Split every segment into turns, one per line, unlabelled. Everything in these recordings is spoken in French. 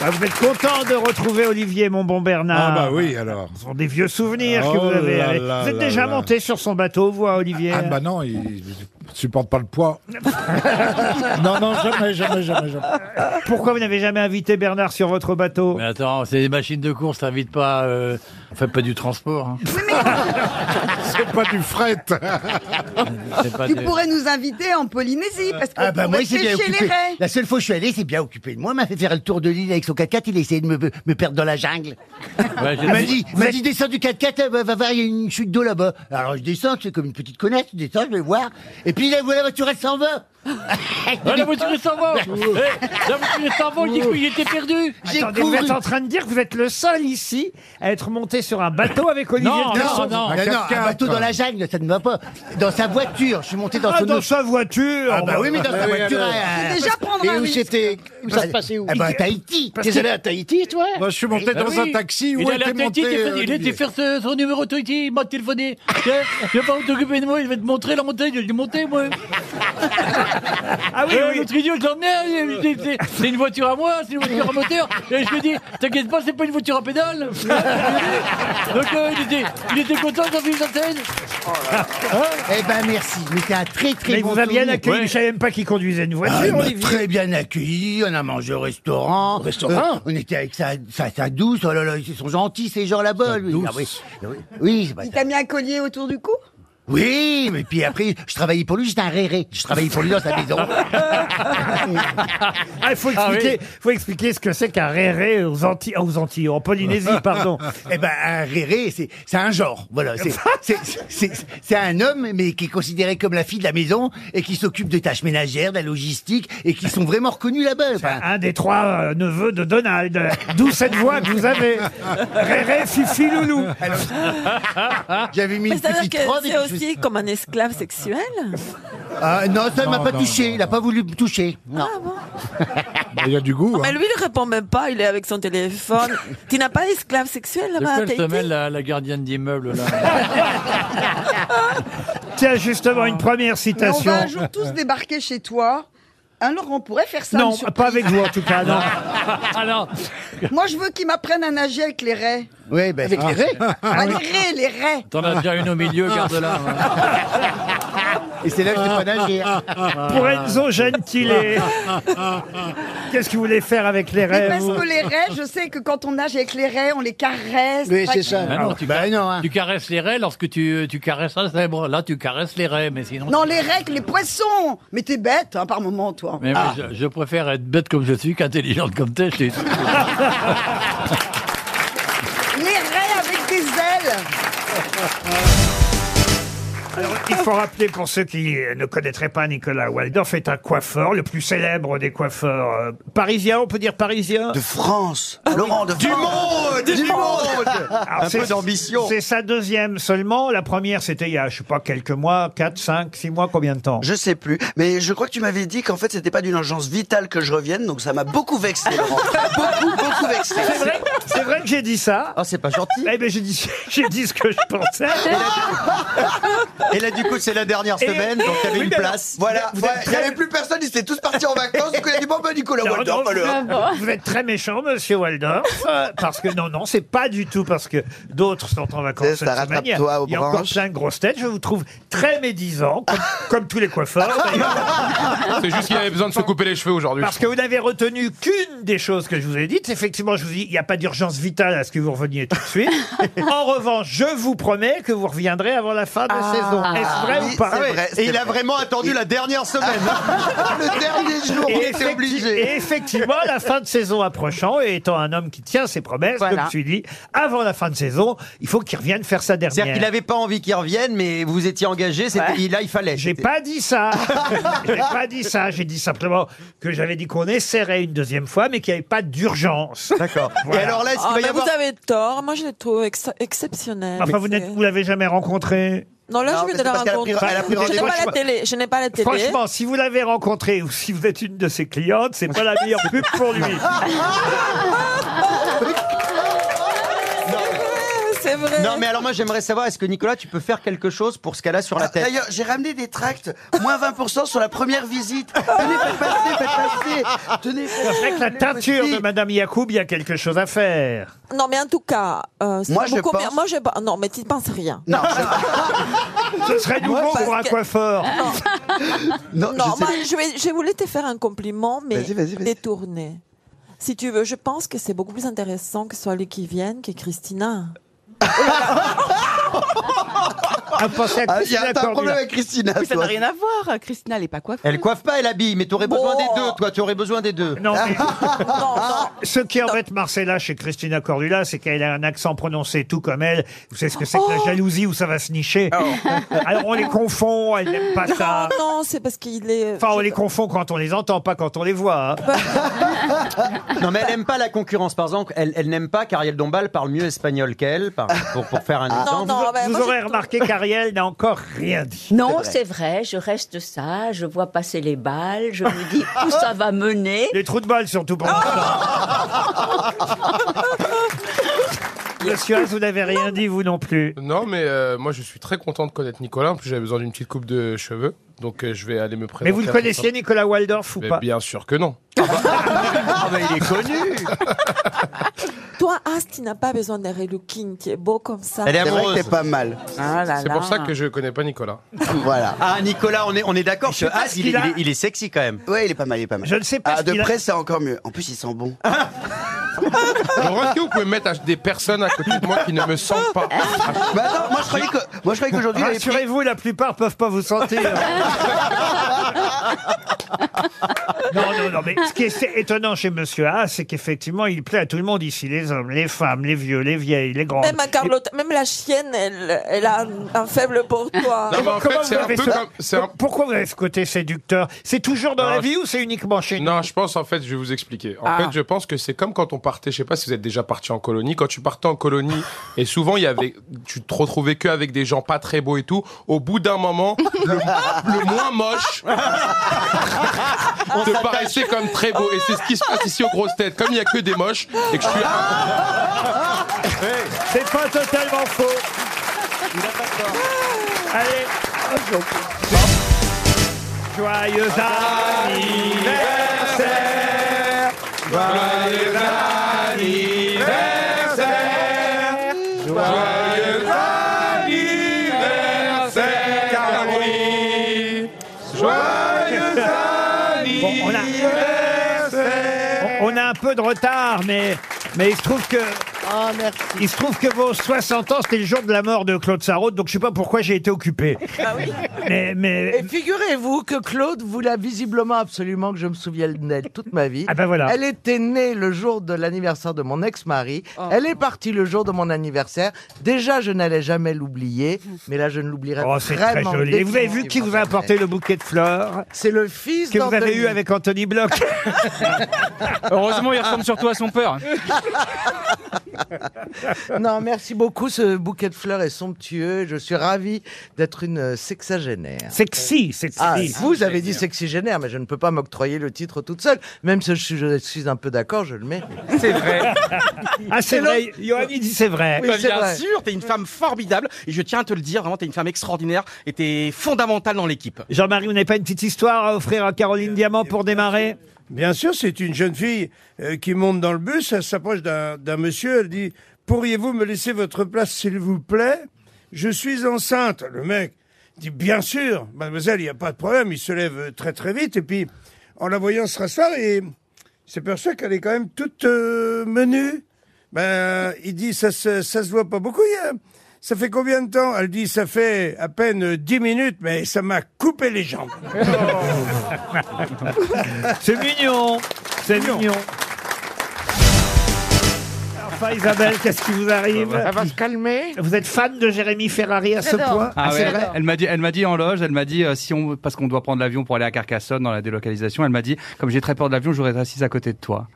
Ah, vous êtes content de retrouver Olivier mon bon Bernard.
Ah bah oui, alors.
Ce sont des vieux souvenirs que
Oh
vous avez.
là
avec-
là
vous êtes
là
déjà
là.
monté sur son bateau, vous, à Olivier
Ah bah non, il il supporte pas le poids. non, non, jamais, jamais, jamais, jamais.
Pourquoi vous n'avez jamais invité Bernard sur votre bateau
Mais attends, c'est des machines de course, t'invites pas. euh, on fait pas du transport. hein.
Ah,
C'est pas du fret.
C'est pas
Tu
des-
pourrais nous inviter en Polynésie parce qu'on
Ah bah moi
pourrait
il s'est bien
pêcher les
occupé.
raies.
La seule fois où je suis allé, c'est bien occupé de moi. Il m'a fait faire le tour de l'île avec son 4x4. Il a essayé de me, me perdre dans la jungle.
Ouais, j'ai-
Il m'a dit, il m'a dit descends du 4x4, eh ben, va voir, il y a une chute d'eau là-bas. Alors je descends, c'est comme une petite connasse. Je descends, je vais voir. Et puis là, voilà, la voiture elle s'en va.
Ah, la voiture est sans vol Eh, La voiture est sans vol, j'ai cru que j'étais perdu
J'ai
Attendez, vous
couru.
êtes en train de dire que vous êtes le seul ici à être monté sur un bateau avec Olivier
Non,
de
non,
Kersauzon.
non.
Non,
Oh, Ah, Un
non,
4x4,
un bateau
quoi.
dans la jungle, ça ne va pas. Dans sa voiture, je suis monté dans
Ah,
son
dans
auto-
sa voiture
Ah bah oui, mais dans sa
oui,
voiture.
alors.
hein.
C'est déjà prendre
Et
un
où
risque.
c'était Où ça se passait où
Eh ben, à Tahiti.
T'es allé à Tahiti, toi
Moi, je suis monté
Ah
dans
oui.
un taxi où
il allait
était
à Tahiti,
monté
il était- il
Olivier.
était faire ce- son numéro de Tahiti, il m'a téléphoné. Tiens, Je vais pas t'occuper de moi, il va te montrer la montagne, je vais te montrer moi.
Eh
Ah oui,
Et
oui.
L'autre idiot, je l'emmenais, il- il- c'est- c'est une voiture à moi, c'est une voiture à moteur. Et je lui ai dit, t'inquiète pas, c'est pas une voiture à pédale. Donc euh, il, était, il était content quand il s'atteigne.
Eh ben merci, mais t'es un très très
Mais il
bon
vous a bien
touriste.
accueilli.
Ouais.
Je savais même pas qu'il conduisait une
Ah, il
voiture,
m'a
Olivier.
très bien accueilli, on a mangé au restaurant.
restaurant
Euh, On était avec sa, sa, sa douce, oh là là, ils sont gentils ces gens là-bas. lui. Ah oui, oui, oui, c'est pas
Il
ça.
t'a mis un collier autour du cou
Oui, mais puis après, je travaillais pour lui, j'étais un réré. Je travaillais pour lui dans sa maison.
Ah, il faut expliquer, faut expliquer ce que c'est qu'un réré aux Antilles, aux Antilles, en Polynésie, pardon.
Eh ben, un réré, c'est c'est un genre, voilà. C'est- c'est- C'est c'est un homme, mais qui est considéré comme la fille de la maison et qui s'occupe des tâches ménagères, de la logistique et qui sont vraiment reconnus là-bas. Enfin,
Un des trois euh, neveux de Donald. D'où cette voix que vous avez. Réré, Fifi, Loulou.
J'avais mis
Mais
une
c'est-à-dire
petite robe
que
et puis
c'est
je me suis-
aussi comme un esclave sexuel
Ah, non, ça ne m'a
Non,
pas
non,
touché.
non,
il n'a pas voulu me toucher. Non.
Bah, Il y a du goût.
Ah Mais
hein.
lui, il répond même pas, il est avec son téléphone. tu n'as pas d'esclave sexuel
De
là-bas
quoi
à
elle se mêle
Tahiti
la, la gardienne d'immeuble là
Tiens, justement, une première
Mais on
citation.
va un jour tous débarquer chez toi. Alors on pourrait faire ça. une
Non,
surprise.
pas avec vous en tout cas, non.
Ah non
Moi je veux qu'ils m'apprennent à nager avec les raies.
Ouais, ben,
Avec les raies
Ah, les raies, les raies.
T'en as déjà une au milieu, garde-la. hein.
Et c'est là que j'ai pas nagé.
Pour
Ah.
Enzo Gentile. Qu'est-ce que vous voulez faire avec les
Mais
rêves
parce
vous
que les raies, je sais que quand on nage avec les raies, on les caresse.
Oui, c'est
Ah
ça.
non, tu,
Ben non, hein.
tu caresses les raies lorsque tu, tu caresses un zèbre. Là, tu caresses les raies, mais
Ah.
sinon.
Non, les raies, que les poissons. Mais t'es bête hein, par moment, toi.
Mais moi, je, je préfère être bête comme je suis qu'intelligente comme t'es. je t'ai dit.
Les raies avec des
Ah,
ailes.
Ah
Il faut rappeler pour ceux qui ne connaîtraient pas Nicolas Waldorf est un coiffeur, le plus célèbre des coiffeurs euh, parisiens, on peut dire parisien.
De France, Laurent, de Ah Du monde Du monde
Alors,
Un
c'est-
peu d'ambition.
C'est sa deuxième seulement. La première, c'était il y a, je sais pas, quelques mois, 4, 5, 6 mois, combien de temps
Je sais plus, mais je crois que tu m'avais dit qu'en fait c'était pas d'une urgence vitale que je revienne, donc ça m'a beaucoup vexé, Laurent. Ah, beaucoup, beaucoup vexé.
C'est vrai, c'est vrai que j'ai dit ça.
Oh, c'est pas gentil.
Eh ben, j'ai dit, j'ai dit ce que je pensais.
Et là, du coup, c'est la dernière
semaine, donc il y avait une
place. Voilà, il n'y avait plus personne, ils étaient tous partis en vacances, donc il a dit bon, bah, Nicolas
Non,
Waldorf,
non,
alors.
Vous êtes très méchant, monsieur Waldorf, euh, parce que non, non, c'est pas du tout parce que d'autres sont en vacances
C'est
cette
ça,
semaine. Il y a,
rattrape-toi aux
il y a encore
branches.
plein de grosses têtes. Je vous trouve très médisant, comme, comme tous les coiffeurs. d'ailleurs,
C'est juste qu'il avait besoin de se couper les cheveux aujourd'hui.
parce que vous n'avez retenu qu'une des choses que je vous ai dites. Effectivement, je vous dis, il n'y a pas d'urgence vitale à ce que vous reveniez tout de suite. en revanche, je vous promets que vous reviendrez avant la fin de saison. Est-ce vrai
oui,
ou pas
c'est vrai, c'est vrai.
attendu la dernière semaine.
Le dernier jour,
Et,
il était
effecti-
obligé.
et effectivement, la fin de saison approchant, et étant un homme qui tient ses promesses, comme je suis dit, avant la fin de saison, il faut qu'il revienne faire sa dernière.
n'avait pas envie qu'il revienne, mais vous étiez engagé. Là, il fallait.
J'ai pas dit ça. J'ai pas dit ça. J'ai dit simplement que j'avais dit qu'on essaierait une deuxième fois, mais qu'il n'y avait pas d'urgence.
D'accord.
Voilà.
là, est-ce
Ah, mais Vous avez tort, moi je le trouve ex- exceptionnel.
Enfin, vous
C'est-
n'êtes- vous l'avez jamais rencontré.
Non, là
Non,
je
mais
vais de la
c'est parce qu'elle a
rencontrer.
pris- elle a pris
Je n'ai
rendez-vous,
pas
je
la
crois.
télé, je n'ai pas la télé.
Franchement, si vous l'avez rencontré ou si vous êtes une de ses clientes, c'est pas la meilleure pub pour lui.
Ouais, c'est vrai.
Non, mais alors moi j'aimerais savoir, est-ce que Nicolas, tu peux faire quelque chose pour ce qu'elle a sur la tête
D'ailleurs, j'ai ramené des tracts, moins 20% sur la première visite. Tenez, faites passer, faites passer. Tenez, faites-
Avec la teinture de Madame Yacoub, il y a quelque chose à faire.
Non, mais en tout cas, euh, c'est
Moi, je
beaucoup-
pense-
mais Moi, je pense- Non, mais tu ne penses rien.
Non,
Ce serait nouveau
parce
pour un
que-
coiffeur.
non,
Non,
je sais-
moi, je, vais- je voulais te faire un compliment, mais
Vas-y, vas-y, vas-y.
détourné. Si tu veux, je pense que c'est beaucoup plus intéressant que ce soit lui qui vienne que Christina.
Ah, pensez à
Ah, il y
Christina
a- T'as un
Cordula.
problème avec Christina.
Ça n'a
toi.
rien à voir. Christina, elle n'est pas coiffée.
Elle coiffe pas, elle habille, mais t'aurais besoin
Bon.
des deux, toi, tu aurais besoin des deux.
Non, mais
Ah. Non, non.
ce qui embête Marcella chez Christina Cordula, c'est qu'elle a un accent prononcé tout comme elle. Vous savez ce que c'est que
Oh.
la jalousie où ça va se nicher Alors on les confond, elle n'aime pas ça.
Non, non, c'est parce qu'il est.
Enfin, on les confond quand on les entend, pas quand on les voit. hein.
Non, mais elle aime pas la concurrence, par exemple. Elle, elle n'aime pas qu'Ariel Dombal parle mieux espagnol qu'elle, par-
Ah.
pour, pour faire un
non,
exemple.
non, bah,
Vous
moi, j'ai
aurez
tout-
remarqué qu'Ariel n'a encore rien dit.
Non, c'est vrai, je reste ça, je vois passer les balles, je me dis où ça va mener.
Les trous de balle surtout pour l'instant. Monsieur Haas, vous n'avez rien dit, vous non plus.
Non, mais euh, moi je suis très content de connaître Nicolas. En plus, j'avais besoin d'une petite coupe de cheveux. Donc euh, je vais aller me
Mais
présenter.
vous le
à
connaissiez,
quelqu'un.
Nicolas Waldorf, ou
Mais
pas
Bien sûr que non.
Ah, bah, il est connu
Toi, As, tu n'as pas besoin d'un relooking. Tu es beau comme ça.
Elle est
C'est vrai que
amoureuse.
t'es pas mal.
Ah là
C'est
là.
pour ça que je connais pas Nicolas.
Voilà.
Ah, Nicolas, on est, on est d'accord que
pas
As,
ce
il,
qu'il
est-
a.
il est- il est sexy quand même.
Ouais, il est pas mal, il est pas mal.
Je ne sais pas
Ah,
ce qu'il
de
a-
près, c'est encore mieux. En plus, il sent bon.
Alors, est-ce que vous pouvez mettre à- des personnes à côté de moi qui ne me sentent pas
Bah attends, moi je croyais que, moi je croyais qu'aujourd'hui, il avait pris-
Rassurez-vous, la plupart peuvent pas vous sentir. non, non, non, mais ce qui est étonnant chez Monsieur A, c'est qu'effectivement, il plaît à tout le monde ici, les hommes, les femmes, les vieux, les vieilles, les grands.
Même à Carlotta, même la chienne, elle, elle a un, un faible pour toi.
Non, mais en fait, c'est un peu comme. c'est un-
Pourquoi vous avez ce côté séducteur C'est toujours dans
Non,
la
je-
vie ou c'est uniquement chez nous
Non, je pense en fait, je vais vous expliquer. En
Ah.
fait, je pense que c'est comme quand on partait, je sais pas si vous êtes déjà parti en colonie, quand tu partais en colonie et souvent il y avait tu te retrouvais que avec des gens pas très beaux et tout, au bout d'un moment, le, le moins moche te paraissait comme très beau et c'est ce qui se passe ici aux grosses têtes, comme il y a que des moches et que je suis
C'est pas totalement faux. Allez. Joyeux anniversaire Bon, on a... On on a un peu de retard, mais, mais il se trouve que...
Ah,
Il se trouve que vos 60 ans, c'était le jour de la mort de Claude Sarraute, donc je sais pas pourquoi j'ai été occupé. Mais, mais...
Ah Et figurez-vous que Claude voulait visiblement absolument que je me souvienne d'elle toute ma vie.
Ah ben voilà.
Elle était née le jour de l'anniversaire de mon ex-mari. Elle est partie le jour de mon anniversaire. Déjà, je n'allais jamais l'oublier, mais là, je ne l'oublierai
Oh,
pas.
c'est très joli. Et vous avez vu qui vous a apporté le bouquet de fleurs
C'est le fils
que vous avez eu
d'Anthony.
avec Anthony Bloch
Heureusement, il ressemble surtout à son père.
Non, merci beaucoup. Ce bouquet de fleurs est somptueux. Je suis ravi d'être une sexagénaire.
Sexy, sexy.
Ah, vous avez dit sexygénaire, mais je ne peux pas m'octroyer le titre toute seule. Même si je suis, je suis un peu d'accord, je le mets.
C'est vrai.
Ah, c'est vrai, Johan, il dit c'est vrai.
Oui, c'est
Eh ben, bien
vrai.
sûr, t'es une femme formidable et je tiens à te le dire, vraiment, t'es une femme extraordinaire et t'es fondamentale dans l'équipe.
Jean-Marie, vous n'avez pas une petite histoire à offrir à Caroline Diamant pour démarrer
Bien sûr, c'est une jeune fille euh, qui monte dans le bus, elle s'approche d'un d'un monsieur, elle dit Pourriez-vous me laisser votre place, s'il vous plaît Je suis enceinte. Le mec dit Bien sûr, mademoiselle, il n'y a pas de problème. Il se lève euh, très très vite et puis, en la voyant se rasseoir, et il s'aperçoit qu'elle est quand même toute euh, menue. Ben, il dit ça se, ça se voit pas beaucoup. il y a- Ça fait combien de temps Elle dit ça fait à peine euh, dix minutes, mais ça m'a coupé les jambes.
C'est mignon, c'est mignon. Enfin, Isabelle, qu'est-ce qui vous arrive
va se calmer.
Vous êtes fan de Jérémy Ferrari à ce point
Ah ouais,
Elle m'a dit, elle m'a dit en loge, elle m'a dit euh, si on parce qu'on doit prendre l'avion pour aller à Carcassonne dans la délocalisation, elle m'a dit comme j'ai très peur de l'avion, j'aurais assise à côté de toi.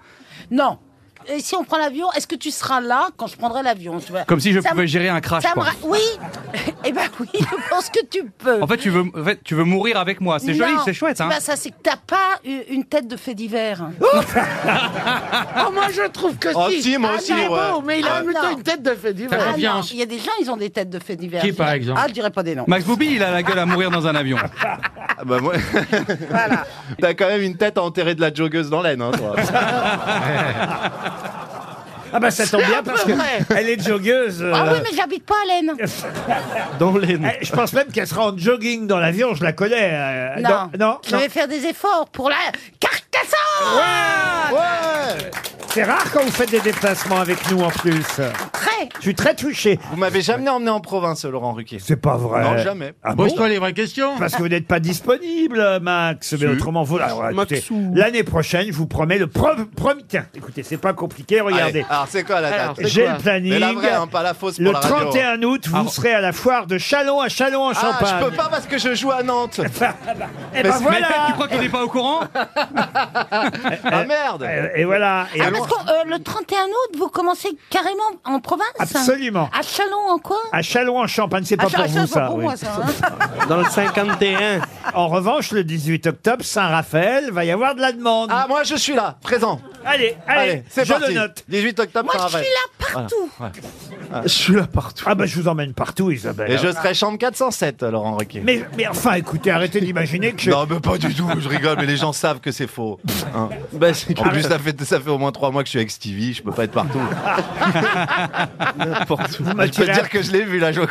Non.
et si on prend l'avion, est-ce que tu seras là quand je prendrai l'avion tu vois
Comme si je
Ça me-
pouvais gérer un crash,
ça me
quoi.
ra- Oui, eh ben oui, je pense que tu peux.
En fait, tu veux, en fait, tu veux mourir avec moi. C'est joli,
Non.
c'est chouette, hein
Bah, ça, c'est que t'as pas eu- une tête de fait divers.
Oh, moi, je trouve que
Oh,
si.
si, moi
Ah,
aussi,
mais
ouais.
bon, mais il a
Ah,
plutôt
non.
une tête de fait divers.
T'as
Ah,
confiance.
non, Il y a des gens, ils ont des têtes de fait divers.
Qui, par exemple
Ah, je dirais pas des noms.
Max Boublil, il a la gueule à mourir dans un avion.
bah moi. T'as quand même une tête à enterrer de la joggeuse dans l'aine, hein, toi.
Ah bah ça tombe
C'est
bien
un peu
parce que
vrai.
elle est joggeuse.
Ah
euh,
oui, mais j'habite pas à Laine.
dans les... Je pense même qu'elle sera en jogging dans l'avion, je la connais. euh,
non,
dans- non,
je
non.
vais faire des efforts pour la Carcassonne
C'est rare quand vous faites des déplacements avec nous en plus.
Très.
Je suis très touché.
Vous m'avez jamais emmené en province, Laurent Ruquier.
C'est pas vrai.
Non, jamais.
Ah bon
Pose-toi
les vraies questions.
Parce que vous n'êtes pas disponible, Max. Mais autrement, vous. alors, écoutez, L'année prochaine, je vous promets le pre- premier. Tiens, écoutez, c'est pas compliqué, regardez.
Allez, alors, c'est quoi la date Alors, c'est
J'ai
quoi
le planning.
Mais la vraie, hein, pas la fausse pour
Le
la radio.
31 août, vous serez à la foire de Chalon à Chalon-en-Champagne.
Ah, je peux pas parce que je joue à Nantes.
Eh ben voilà. Eh,
tu crois qu'on n'est pas au courant
Ah merde
Et, et voilà. Et
Ah,
alors-
parce que euh, le 31 août, vous commencez carrément en province
Absolument.
À Chalon, en quoi
À Chalon-en-Champagne, c'est pas
Ah,
pour
Chalon,
vous
c'est
ça.
pour
oui.
moi, ça, hein.
Dans le 51. En revanche, le 18 octobre, Saint-Raphaël, va y avoir de la demande. Ah,
moi, je suis là, présent.
Allez, allez,
Allez, c'est
je
parti.
le note.
18 octobre,
Moi, je
Saint-Raphaël.
suis
là partout.
Je suis là partout. Ah, bah, je vous emmène partout, Isabelle.
Et je serai chambre 407, Laurent Ruquier.
Mais, mais enfin, écoutez, arrêtez d'imaginer que je.
Non, mais pas du tout, je rigole, mais les gens savent que c'est faux. Hein. en plus, ça fait, ça fait au moins trois mois que je suis avec Stevie, je peux pas être partout. N'importe où. Je peux
m'attirez
te
à-
dire que je l'ai vu, la Joconde.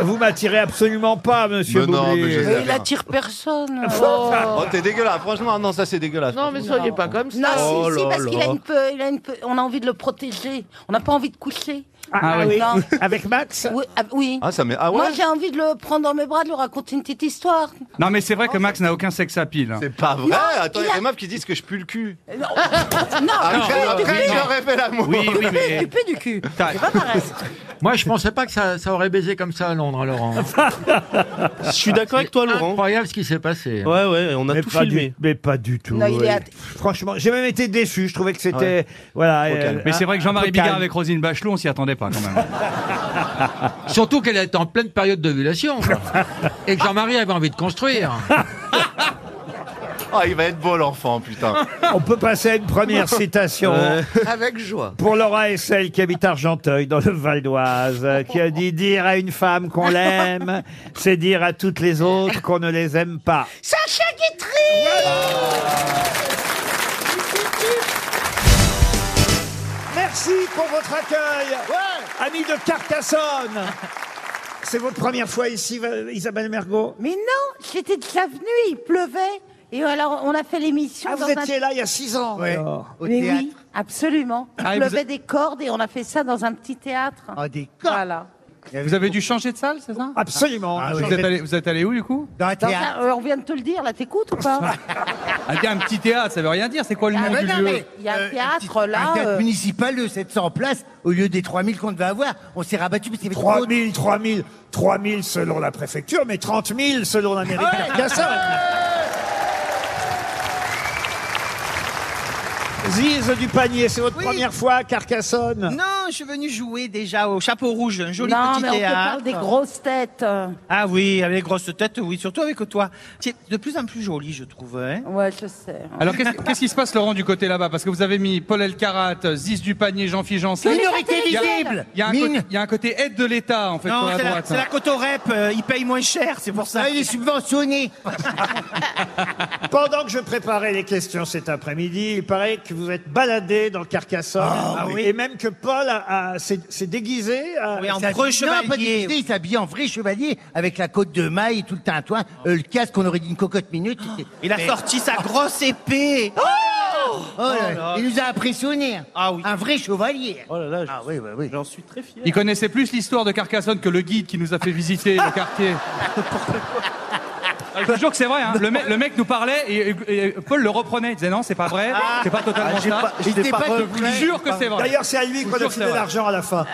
Vous m'attirez absolument pas, monsieur
Mais non,
Boublil.
mais je
Mais il attire personne.
Ah,
Oh, t'es dégueulasse, franchement, non, ça c'est dégueulasse.
Non, mais soyez pas comme
ça.
Non,
Oh
si, si,
là
parce qu'il a
là.
une peu, il a une peu- on a envie de le protéger. On n'a pas envie de coucher.
Ah oui.
Non.
Avec Max
Oui. ah, oui.
Ah, ça m'est- ah ouais
Moi, j'ai envie de le prendre dans mes bras, de lui raconter une petite histoire.
Non, mais c'est vrai que Max n'a aucun hein. sexe à pile.
C'est pas vrai.
Non,
Attends, il y a des meufs qui disent que je pue le cul.
Euh, Non,
Après,
non,
après,
non.
j'aurais fait l'amour.
Oui, oui, mais- Tu peux du cul. C'est pas pareil.
Moi, je pensais pas que ça, ça aurait baisé comme ça à Londres, hein, Laurent.
Je suis d'accord avec toi, Laurent.
Incroyable ce qui s'est passé.
Ouais, ouais, on
a tout filmé.
mais pas du tout.
Non, il est
ouais.
athée.
Franchement, j'ai même été déçu. Je trouvais que c'était.
Ouais.
Voilà. euh,
Mais c'est
un-
vrai que
un
Jean-Marie
peu
Bigard
calme.
avec Rosine Bachelot, on s'y attendait pas quand même.
Surtout qu'elle était en pleine période d'ovulation. Et que Jean-Marie avait envie de construire.
Oh, il va être beau l'enfant, putain.
On peut passer à une première citation.
Avec joie.
Pour Laura Essel, qui habite Argenteuil, dans le Val d'Oise, euh, qui a dit Dire à une femme qu'on l'aime, c'est dire à toutes les autres qu'on ne les aime pas.
Sacha Guitry
Merci pour votre accueil, amis de Carcassonne. C'est votre première fois ici, Va- Isabelle Mergot
Mais non, j'étais déjà venue, il pleuvait. Et alors, on a fait l'émission.
Ah, vous
dans un-
étiez là il y a six ans.
Oh.
alors.
Mais oui, absolument. Il
Ah, et vous
pleuvait des cordes et on a fait ça dans un petit théâtre.
Oh,
Ah, des cordes Voilà.
Vous avez dû changer de salle, c'est ça
Absolument.
vous, êtes allé, vous êtes allé où du coup
Dans un- euh, on vient de te le dire, là, t'écoutes ou pas
Ah, bien, un petit théâtre, ça veut rien dire. C'est quoi le nom
Ah,
du
non,
lieu
mais Il y a un théâtre là.
Euh, Un théâtre
euh,
municipal de 700 places au lieu des 3000 qu'on devait avoir. On s'est rabattu parce qu'il y avait trop
3000, 3000, 3000 selon la préfecture, mais 30 000 selon la mairie de Carcassonne. Ziz du panier, c'est votre première fois à Carcassonne.
Non, je suis venu jouer déjà au Chapeau Rouge, un joli
non,
petit
mais on te
théâtre.
parle des grosses têtes.
Ah oui, avec les grosses têtes, oui, surtout avec toi. C'est de plus en plus joli, je trouve. hein.
Ouais, je sais.
Alors qu'est-ce qu'est-ce qui se passe Laurent du côté là-bas Parce que vous avez mis Paul Elkarat, euh, Ziz du panier, Jean-Philippe Janssen.
Minorité
Il y a-
visible.
Il y, a un
Mine.
côté- il y a un côté aide de l'État en fait
non,
pour la
c'est la,
droite. hein.
c'est la cote au rep, euh, il paye moins cher, c'est pour ça. il est subventionné.
Pendant que je préparais les questions cet après-midi, il paraît que vous êtes baladé dans Carcassonne. Ah Et même que Paul a- a- s'est s'est déguisé. à-
Il s'habille- Non, pas déguisé, il s'habille en vrai chevalier avec la côte de maille, tout le tintouin, euh, le casque, on aurait dit une cocotte minute.
Il a sorti sa grosse épée. Oh,
là,
Oh là.
Il nous a impressionnés. hein. Un vrai chevalier. Oh là là, ah, oui, bah oui. j'en suis très fier.
Il connaissait plus l'histoire de Carcassonne que le guide qui nous a fait visiter le quartier.
Je vous jure que c'est vrai. hein. Le, mec, le mec nous parlait et, et- et Paul le reprenait. Il disait non, c'est pas vrai, c'est pas totalement
Ah, j'ai
ça.
pas-
je
j'étais pas
je vous
repris.
jure que c'est vrai.
D'ailleurs, c'est à lui
Je vous
qu'on
jure
a
que
filé
c'est vrai.
l'argent à la fin.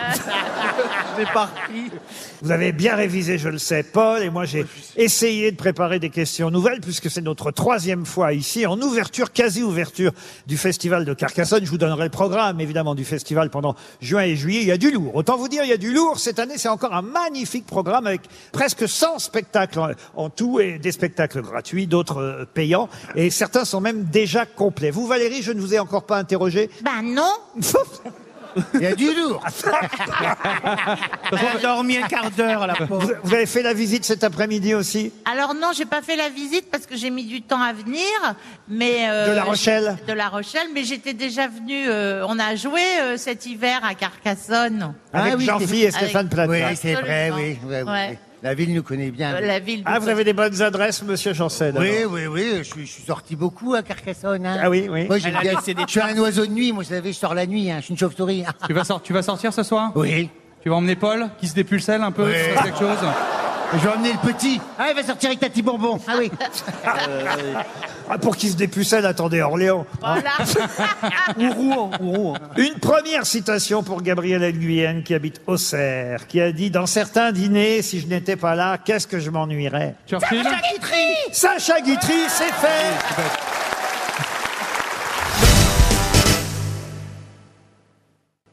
Vous avez bien révisé, je le sais, Paul, et moi j'ai essayé de préparer des questions nouvelles, puisque c'est notre troisième fois ici, en ouverture, quasi-ouverture du festival de Carcassonne. Je vous donnerai le programme, évidemment, du festival pendant juin et juillet. Il y a du lourd. Autant vous dire, il y a du lourd. Cette année, c'est encore un magnifique programme avec presque 100 spectacles en- en tout, et des spectacles gratuits, d'autres euh, payants, et certains sont même déjà complets. Vous, Valérie, je ne vous ai encore pas interrogé
Ben non
Il y a du lourd
Elle a dormi un quart d'heure, la pauvre.
Vous- Vous avez fait la visite cet après-midi aussi
Alors non, j'ai pas fait la visite parce que j'ai mis du temps à venir, mais euh,
De La Rochelle
De La Rochelle, mais j'étais déjà venue. euh, on a joué euh, cet hiver à Carcassonne.
Avec
Ah oui,
Jean-Phi
c'est-
et Stéphane
Avec-
Plaza.
Oui, c'est vrai, oui. oui, oui,
Ouais.
oui. La ville nous connaît bien.
Euh, la ville
Ah, vous avez des bonnes adresses, monsieur Chancel
Oui,
alors.
oui, oui, je suis, je suis sorti beaucoup à Carcassonne. hein.
Ah oui, oui.
Moi, j'aime
Elle a
bien-
laissé des
je suis un oiseau de nuit, moi, vous savez, je sors la nuit, hein, je suis une chauve-souris.
Tu vas, sor- tu vas sortir ce soir
Oui.
Tu vas emmener Paul qui se dépulselle un peu
Oui.
sur quelque chose
Je vais emmener le petit. Ah, il va sortir avec ta petite bonbon. Ah oui.
Ah, pour qu'il se dépucelle, attendez, Orléans. Hein.
Ou Rouen, ou Rouen.
Une première citation pour Gabriel Nguyen, qui habite Auxerre, qui a dit Dans certains dîners, si je n'étais pas là, qu'est-ce que je m'ennuierais
Churchill
Sacha Guitry, c'est fait